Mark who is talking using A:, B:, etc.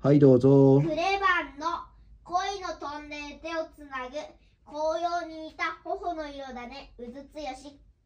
A: はい、どうぞ
B: ク。レバンの恋のトンネル手をつなぐ紅葉に似た頬の色だねうずつよし